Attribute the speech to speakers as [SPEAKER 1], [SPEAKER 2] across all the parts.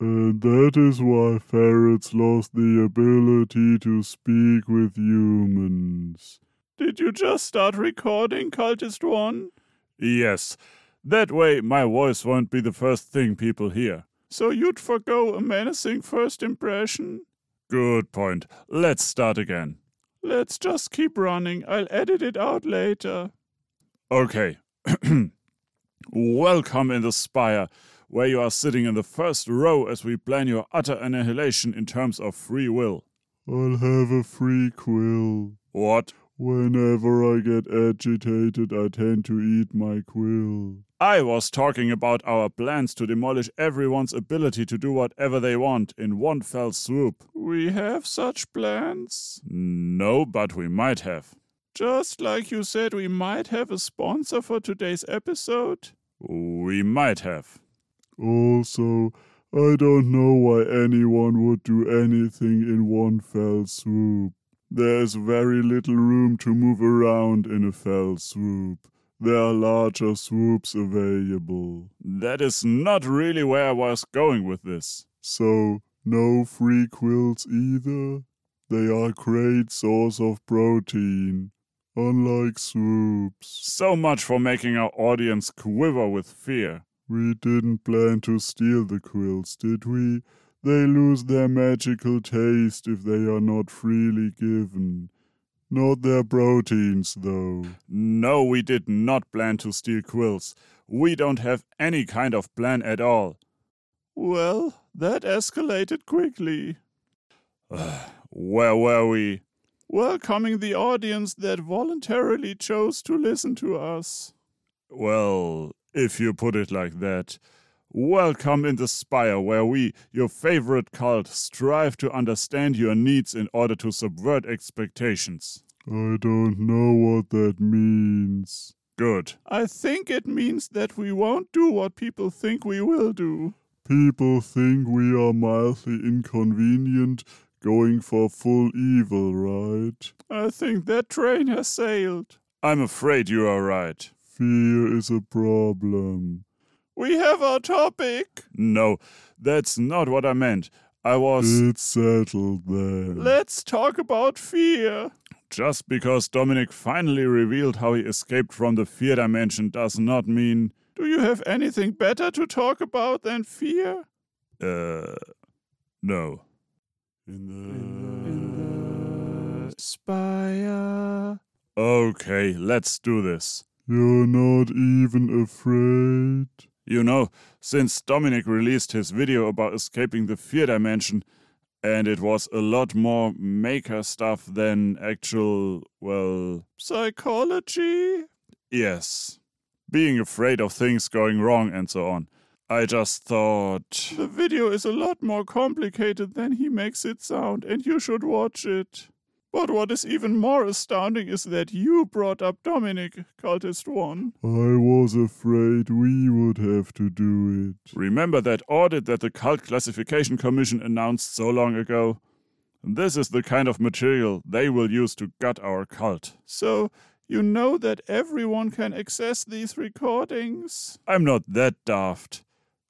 [SPEAKER 1] and that is why ferrets lost the ability to speak with humans.
[SPEAKER 2] Did you just start recording, Cultist One?
[SPEAKER 1] Yes. That way my voice won't be the first thing people hear.
[SPEAKER 2] So you'd forego a menacing first impression?
[SPEAKER 1] Good point. Let's start again.
[SPEAKER 2] Let's just keep running. I'll edit it out later.
[SPEAKER 1] Okay. Welcome in the spire, where you are sitting in the first row as we plan your utter annihilation in terms of free will.
[SPEAKER 3] I'll have a free quill.
[SPEAKER 1] What?
[SPEAKER 3] Whenever I get agitated, I tend to eat my quill.
[SPEAKER 1] I was talking about our plans to demolish everyone's ability to do whatever they want in one fell swoop.
[SPEAKER 2] We have such plans?
[SPEAKER 1] No, but we might have.
[SPEAKER 2] Just like you said, we might have a sponsor for today's episode.
[SPEAKER 1] We might have.
[SPEAKER 3] Also, I don't know why anyone would do anything in one fell swoop. There is very little room to move around in a fell swoop. There are larger swoops available.
[SPEAKER 1] That is not really where I was going with this.
[SPEAKER 3] So, no free quills either? They are great source of protein unlike swoops.
[SPEAKER 1] So much for making our audience quiver with fear.
[SPEAKER 3] We didn't plan to steal the quills, did we? They lose their magical taste if they are not freely given. Not their proteins, though.
[SPEAKER 1] No, we did not plan to steal quills. We don't have any kind of plan at all.
[SPEAKER 2] Well, that escalated quickly.
[SPEAKER 1] Where were we?
[SPEAKER 2] welcoming the audience that voluntarily chose to listen to us.
[SPEAKER 1] Well, if you put it like that, welcome in the spire where we, your favorite cult, strive to understand your needs in order to subvert expectations.
[SPEAKER 3] I don't know what that means.
[SPEAKER 1] Good.
[SPEAKER 2] I think it means that we won't do what people think we will do.
[SPEAKER 3] People think we are mildly inconvenient going for full evil, right?
[SPEAKER 2] I think that train has sailed.
[SPEAKER 1] I'm afraid you are right.
[SPEAKER 3] Fear is a problem.
[SPEAKER 2] We have our topic.
[SPEAKER 1] No, that's not what I meant. I was.
[SPEAKER 3] It's settled then.
[SPEAKER 2] Let's talk about fear.
[SPEAKER 1] Just because Dominic finally revealed how he escaped from the fear dimension does not mean.
[SPEAKER 2] Do you have anything better to talk about than fear?
[SPEAKER 1] Uh. No.
[SPEAKER 3] In the,
[SPEAKER 2] in the, in the spire.
[SPEAKER 1] Okay, let's do this.
[SPEAKER 3] You're not even afraid?
[SPEAKER 1] You know, since Dominic released his video about escaping the fear dimension, and it was a lot more maker stuff than actual, well.
[SPEAKER 2] Psychology?
[SPEAKER 1] Yes. Being afraid of things going wrong and so on. I just thought.
[SPEAKER 2] The video is a lot more complicated than he makes it sound, and you should watch it. But what is even more astounding is that you brought up Dominic, Cultist One.
[SPEAKER 3] I was afraid we would have to do it.
[SPEAKER 1] Remember that audit that the Cult Classification Commission announced so long ago? This is the kind of material they will use to gut our cult.
[SPEAKER 2] So, you know that everyone can access these recordings?
[SPEAKER 1] I'm not that daft.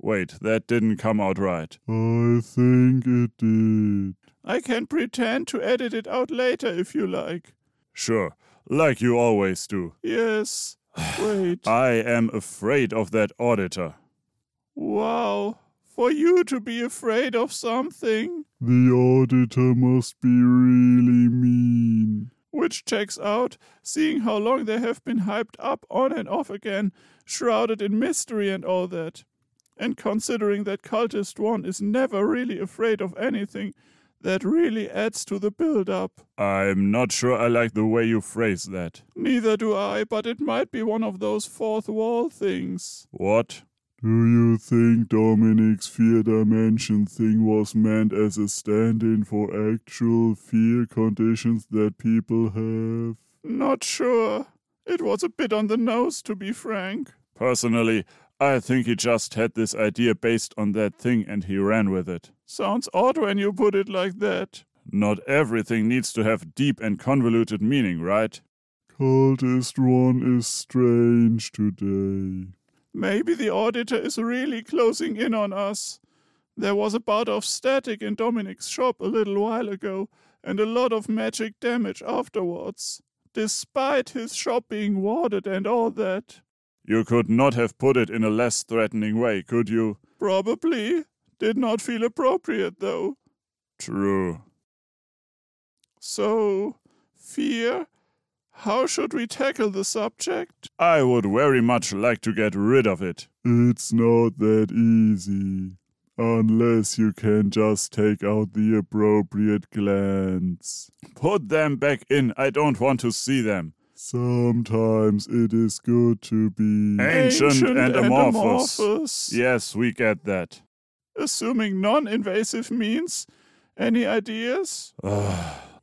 [SPEAKER 1] Wait, that didn't come out right.
[SPEAKER 3] I think it did.
[SPEAKER 2] I can pretend to edit it out later if you like.
[SPEAKER 1] Sure, like you always do.
[SPEAKER 2] Yes. Wait.
[SPEAKER 1] I am afraid of that auditor.
[SPEAKER 2] Wow. For you to be afraid of something.
[SPEAKER 3] The auditor must be really mean.
[SPEAKER 2] Which checks out, seeing how long they have been hyped up on and off again, shrouded in mystery and all that. And considering that cultist one is never really afraid of anything, that really adds to the build up.
[SPEAKER 1] I'm not sure I like the way you phrase that.
[SPEAKER 2] Neither do I, but it might be one of those fourth wall things.
[SPEAKER 1] What?
[SPEAKER 3] Do you think Dominic's fear dimension thing was meant as a stand in for actual fear conditions that people have?
[SPEAKER 2] Not sure. It was a bit on the nose, to be frank.
[SPEAKER 1] Personally, I think he just had this idea based on that thing and he ran with it.
[SPEAKER 2] Sounds odd when you put it like that.
[SPEAKER 1] Not everything needs to have deep and convoluted meaning, right?
[SPEAKER 3] Cultist one is strange today.
[SPEAKER 2] Maybe the auditor is really closing in on us. There was a bout of static in Dominic's shop a little while ago, and a lot of magic damage afterwards, despite his shop being warded and all that.
[SPEAKER 1] You could not have put it in a less threatening way, could you?
[SPEAKER 2] Probably. Did not feel appropriate, though.
[SPEAKER 1] True.
[SPEAKER 2] So, fear? How should we tackle the subject?
[SPEAKER 1] I would very much like to get rid of it.
[SPEAKER 3] It's not that easy. Unless you can just take out the appropriate glands.
[SPEAKER 1] Put them back in. I don't want to see them.
[SPEAKER 3] Sometimes it is good to be
[SPEAKER 1] Ancient,
[SPEAKER 2] Ancient
[SPEAKER 1] and,
[SPEAKER 2] and
[SPEAKER 1] amorphous.
[SPEAKER 2] amorphous.
[SPEAKER 1] Yes, we get that.
[SPEAKER 2] Assuming non invasive means? Any ideas?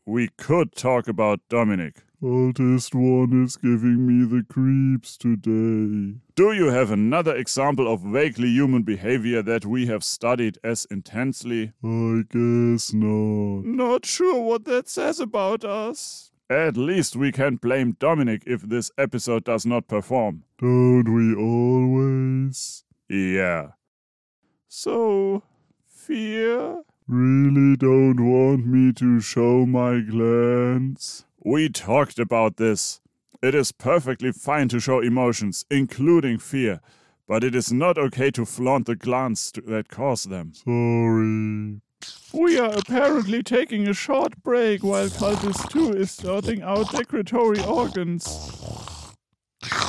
[SPEAKER 1] We could talk about Dominic.
[SPEAKER 3] Oldest one is giving me the creeps today.
[SPEAKER 1] Do you have another example of vaguely human behavior that we have studied as intensely?
[SPEAKER 3] I guess not.
[SPEAKER 2] Not sure what that says about us.
[SPEAKER 1] At least we can blame Dominic if this episode does not perform.
[SPEAKER 3] Don't we always?
[SPEAKER 1] Yeah.
[SPEAKER 2] So, fear?
[SPEAKER 3] Really don't want me to show my glands?
[SPEAKER 1] We talked about this. It is perfectly fine to show emotions, including fear, but it is not okay to flaunt the glance to- that caused them.
[SPEAKER 3] Sorry.
[SPEAKER 2] We are apparently taking a short break while Cultist 2 is sorting out secretory organs.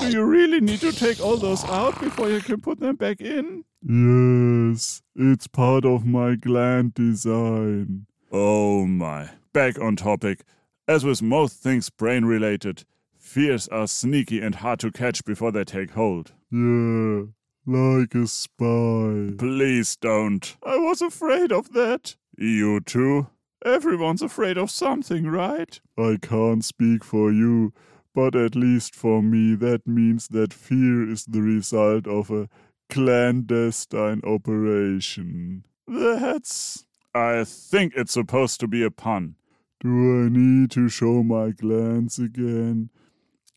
[SPEAKER 2] Do you really need to take all those out before you can put them back in?
[SPEAKER 3] Yes, it's part of my gland design.
[SPEAKER 1] Oh my. Back on topic. As with most things brain related, fears are sneaky and hard to catch before they take hold.
[SPEAKER 3] Yeah, like a spy.
[SPEAKER 1] Please don't.
[SPEAKER 2] I was afraid of that.
[SPEAKER 1] You too?
[SPEAKER 2] Everyone's afraid of something, right?
[SPEAKER 3] I can't speak for you, but at least for me, that means that fear is the result of a clandestine operation.
[SPEAKER 2] That's.
[SPEAKER 1] I think it's supposed to be a pun.
[SPEAKER 3] Do I need to show my glands again?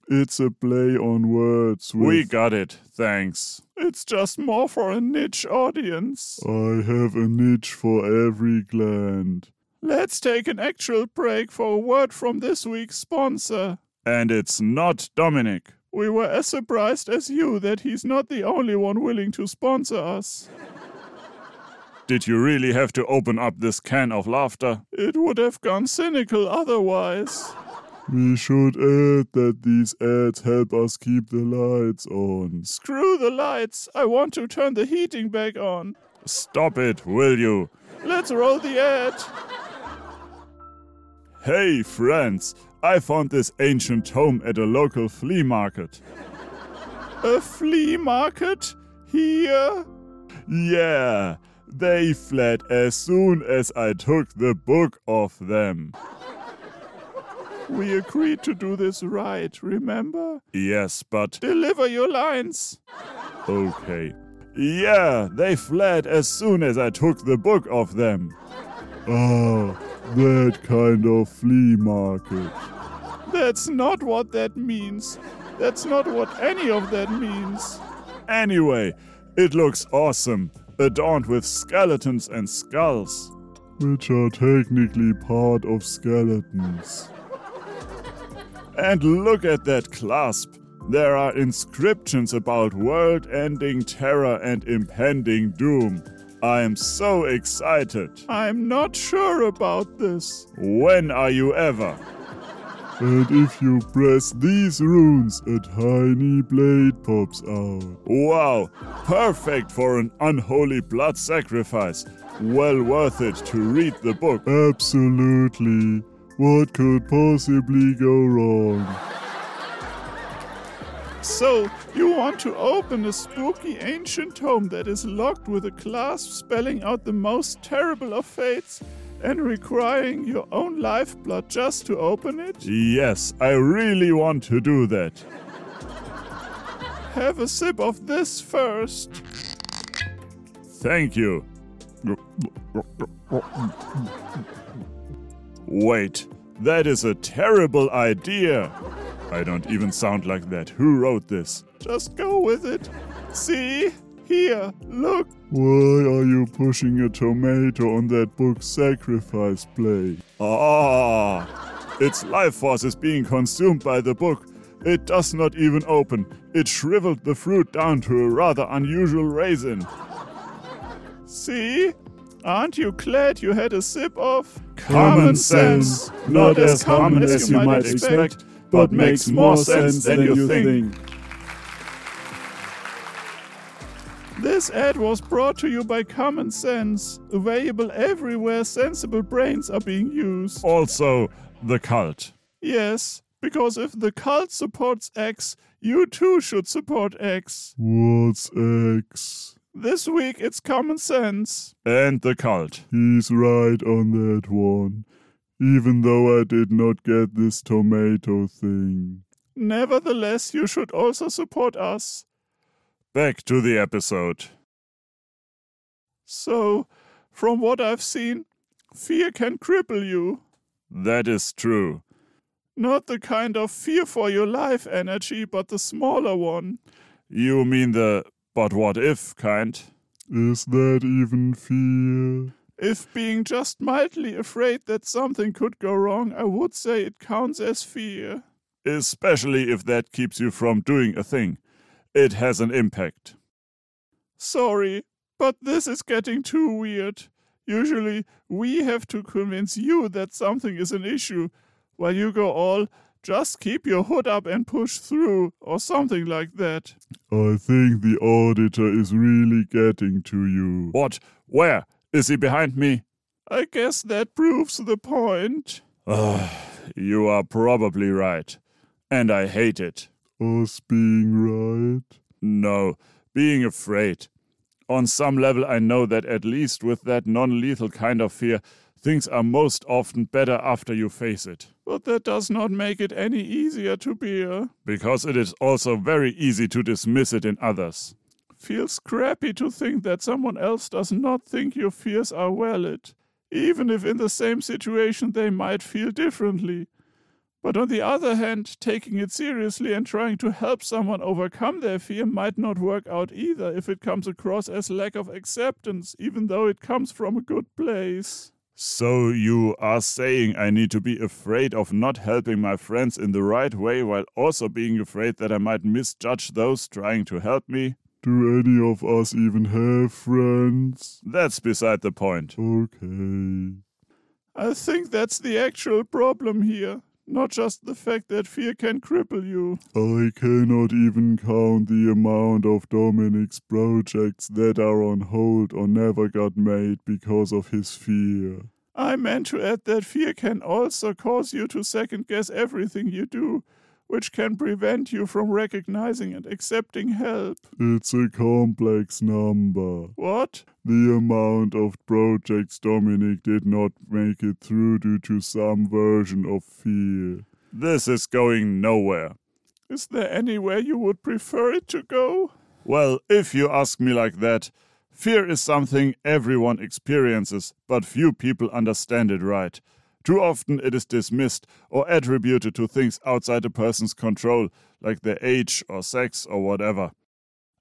[SPEAKER 3] It's a play on words. With
[SPEAKER 1] We got it. Thanks.
[SPEAKER 2] It's just more for a niche audience.
[SPEAKER 3] I have a niche for every gland.
[SPEAKER 2] Let's take an actual break for a word from this week's sponsor.
[SPEAKER 1] And it's not Dominic.
[SPEAKER 2] We were as surprised as you that he's not the only one willing to sponsor us.
[SPEAKER 1] Did you really have to open up this can of laughter?
[SPEAKER 2] It would have gone cynical otherwise.
[SPEAKER 3] We should add that these ads help us keep the lights on.
[SPEAKER 2] Screw the lights, I want to turn the heating back on.
[SPEAKER 1] Stop it, will you?
[SPEAKER 2] Let's roll the ad.
[SPEAKER 1] Hey, friends! I found this ancient tome at a local flea market.
[SPEAKER 2] A flea market? Here?
[SPEAKER 1] Yeah, they fled as soon as I took the book off them.
[SPEAKER 2] We agreed to do this right, remember?
[SPEAKER 1] Yes, but
[SPEAKER 2] Deliver your lines.
[SPEAKER 1] okay. Yeah, they fled as soon as I took the book off them.
[SPEAKER 3] Ah, that kind of flea market.
[SPEAKER 2] That's not what that means. That's not what any of that means.
[SPEAKER 1] Anyway, it looks awesome, adorned with skeletons and skulls.
[SPEAKER 3] which are technically part of skeletons.
[SPEAKER 1] And look at that clasp. There are inscriptions about world ending terror and impending doom. I am so excited.
[SPEAKER 2] I'm not sure about this.
[SPEAKER 1] When are you ever?
[SPEAKER 3] And if you press these runes, a tiny blade pops out.
[SPEAKER 1] Wow, perfect for an unholy blood sacrifice. Well worth it to read the book.
[SPEAKER 3] Absolutely. What could possibly go wrong?
[SPEAKER 2] So, you want to open a spooky ancient tome that is locked with a clasp spelling out the most terrible of fates and requiring your own lifeblood just to open it?
[SPEAKER 1] Yes, I really want to do that.
[SPEAKER 2] Have a sip of this first.
[SPEAKER 1] Thank you. Wait, that is a terrible idea. I don't even sound like that. Who wrote this?
[SPEAKER 2] Just go with it. See? Here, look.
[SPEAKER 3] Why are you pushing a tomato on that book sacrifice plate?
[SPEAKER 1] Ah, its life force is being consumed by the book. It does not even open. It shriveled the fruit down to a rather unusual raisin.
[SPEAKER 2] See? Aren't you glad you had a sip of
[SPEAKER 1] Common sense, not as common as you might expect, but makes more sense than you think.
[SPEAKER 2] This ad was brought to you by Common Sense, available everywhere sensible brains are being used.
[SPEAKER 1] Also, the cult.
[SPEAKER 2] Yes, because if the cult supports X, you too should support X.
[SPEAKER 3] What's X?
[SPEAKER 2] This week it's Common Sense.
[SPEAKER 1] And the cult.
[SPEAKER 3] He's right on that one. Even though I did not get this tomato thing.
[SPEAKER 2] Nevertheless, you should also support us.
[SPEAKER 1] Back to the episode.
[SPEAKER 2] So, from what I've seen, fear can cripple you.
[SPEAKER 1] That is true.
[SPEAKER 2] Not the kind of fear for your life energy, but the smaller one.
[SPEAKER 1] You mean the but what if kind?
[SPEAKER 3] Is that even fear?
[SPEAKER 2] If being just mildly afraid that something could go wrong, I would say it counts as fear.
[SPEAKER 1] Especially if that keeps you from doing a thing. It has an impact.
[SPEAKER 2] Sorry, but this is getting too weird. Usually, we have to convince you that something is an issue, while you go all, just keep your hood up and push through, or something like that.
[SPEAKER 3] I think the auditor is really getting to you.
[SPEAKER 1] What? Where? Is he behind me?
[SPEAKER 2] I guess that proves the point.
[SPEAKER 1] Ugh, you are probably right. And I hate it.
[SPEAKER 3] Us being right?
[SPEAKER 1] No, being afraid. On some level, I know that at least with that non lethal kind of fear, things are most often better after you face it.
[SPEAKER 2] But that does not make it any easier to bear.
[SPEAKER 1] Because it is also very easy to dismiss it in others.
[SPEAKER 2] Feels crappy to think that someone else does not think your fears are valid, even if in the same situation they might feel differently. But on the other hand, taking it seriously and trying to help someone overcome their fear might not work out either if it comes across as lack of acceptance, even though it comes from a good place.
[SPEAKER 1] So you are saying I need to be afraid of not helping my friends in the right way while also being afraid that I might misjudge those trying to help me?
[SPEAKER 3] Do any of us even have friends?
[SPEAKER 1] That's beside the point.
[SPEAKER 3] Okay.
[SPEAKER 2] I think that's the actual problem here, not just the fact that fear can cripple you.
[SPEAKER 3] I cannot even count the amount of Dominic's projects that are on hold or never got made because of his fear.
[SPEAKER 2] I meant to add that fear can also cause you to second guess everything you do, which can prevent you from recognizing and accepting help.
[SPEAKER 3] It's a complex number.
[SPEAKER 2] What?
[SPEAKER 3] The amount of projects Dominic did not make it through due to some version of fear.
[SPEAKER 1] This is going nowhere.
[SPEAKER 2] Is there anywhere you would prefer it to go?
[SPEAKER 1] Well, if you ask me like that, fear is something everyone experiences, but few people understand it right. Too often it is dismissed or attributed to things outside a person's control, like their age or sex or whatever.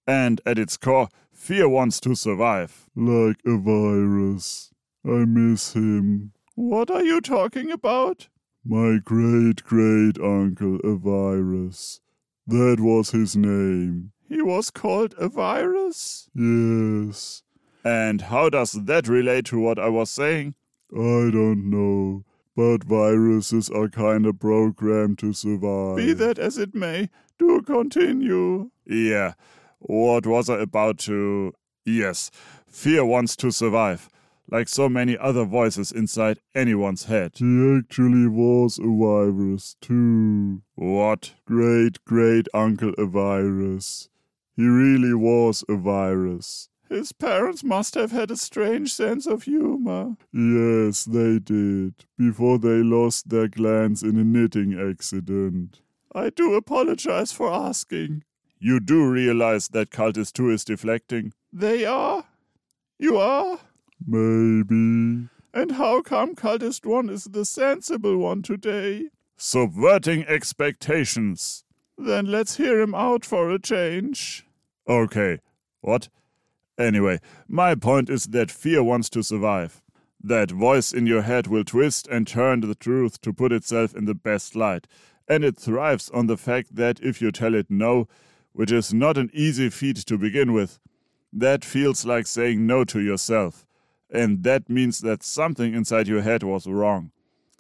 [SPEAKER 1] And at its core, fear wants to survive.
[SPEAKER 3] Like a virus. I miss him.
[SPEAKER 2] What are you talking about?
[SPEAKER 3] My great great uncle, a virus. That was his name.
[SPEAKER 2] He was called a virus?
[SPEAKER 3] Yes.
[SPEAKER 1] And how does that relate to what I was saying?
[SPEAKER 3] I don't know. But viruses are kinda programmed to survive.
[SPEAKER 2] Be that as it may, do continue.
[SPEAKER 1] Yeah. What was I about to. Yes. Fear wants to survive, like so many other voices inside anyone's head.
[SPEAKER 3] He actually was a virus, too.
[SPEAKER 1] What?
[SPEAKER 3] Great great uncle, a virus. He really was a virus.
[SPEAKER 2] His parents must have had a strange sense of humor.
[SPEAKER 3] Yes, they did, before they lost their glands in a knitting accident.
[SPEAKER 2] I do apologize for asking.
[SPEAKER 1] You do realize that Cultist 2 is deflecting?
[SPEAKER 2] They are? You are?
[SPEAKER 3] Maybe.
[SPEAKER 2] And how come Cultist 1 is the sensible one today?
[SPEAKER 1] Subverting expectations.
[SPEAKER 2] Then let's hear him out for a change.
[SPEAKER 1] Okay. What? Anyway, my point is that fear wants to survive. That voice in your head will twist and turn the truth to put itself in the best light. And it thrives on the fact that if you tell it no, which is not an easy feat to begin with, that feels like saying no to yourself. And that means that something inside your head was wrong.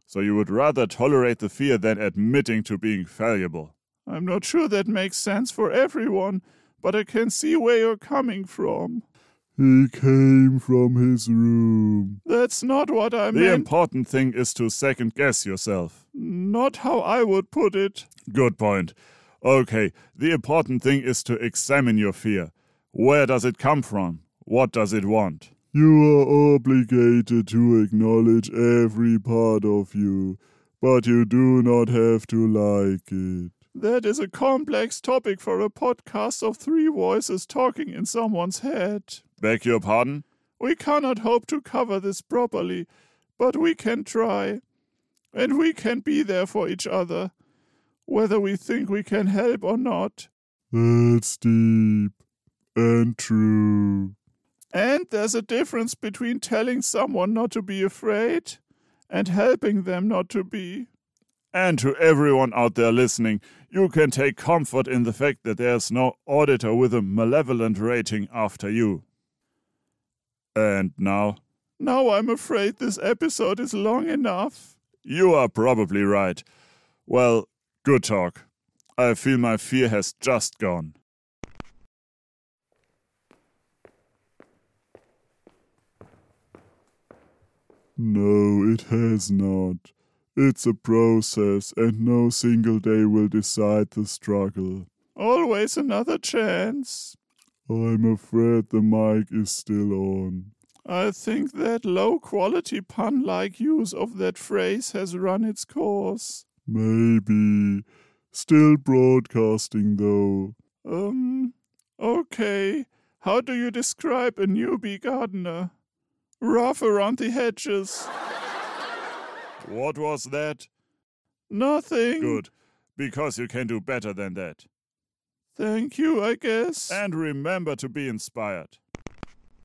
[SPEAKER 1] So you would rather tolerate the fear than admitting to being fallible.
[SPEAKER 2] I'm not sure that makes sense for everyone, but I can see where you're coming from.
[SPEAKER 3] He came from his room.
[SPEAKER 2] That's not what I
[SPEAKER 1] The
[SPEAKER 2] meant.
[SPEAKER 1] important thing is to second guess yourself.
[SPEAKER 2] Not how I would put it.
[SPEAKER 1] Good point. Okay, the important thing is to examine your fear. Where does it come from? What does it want?
[SPEAKER 3] You are obligated to acknowledge every part of you, but you do not have to like it.
[SPEAKER 2] That is a complex topic for a podcast of three voices talking in someone's head.
[SPEAKER 1] Beg your pardon?
[SPEAKER 2] We cannot hope to cover this properly, but we can try. And we can be there for each other, whether we think we can help or not.
[SPEAKER 3] That's deep and true.
[SPEAKER 2] And there's a difference between telling someone not to be afraid and helping them not to be.
[SPEAKER 1] And to everyone out there listening, you can take comfort in the fact that there's no auditor with a malevolent rating after you. And now?
[SPEAKER 2] Now I'm afraid this episode is long enough.
[SPEAKER 1] You are probably right. Well, good talk. I feel my fear has just gone.
[SPEAKER 3] No, it has not. It's a process, and no single day will decide the struggle.
[SPEAKER 2] Always another chance.
[SPEAKER 3] I'm afraid the mic is still on.
[SPEAKER 2] I think that low quality pun like use of that phrase has run its course.
[SPEAKER 3] Maybe. Still broadcasting, though.
[SPEAKER 2] Um, okay. How do you describe a newbie gardener? Rough around the hedges.
[SPEAKER 1] What was that?
[SPEAKER 2] Nothing.
[SPEAKER 1] Good, because you can do better than that.
[SPEAKER 2] Thank you, I guess.
[SPEAKER 1] And remember to be inspired.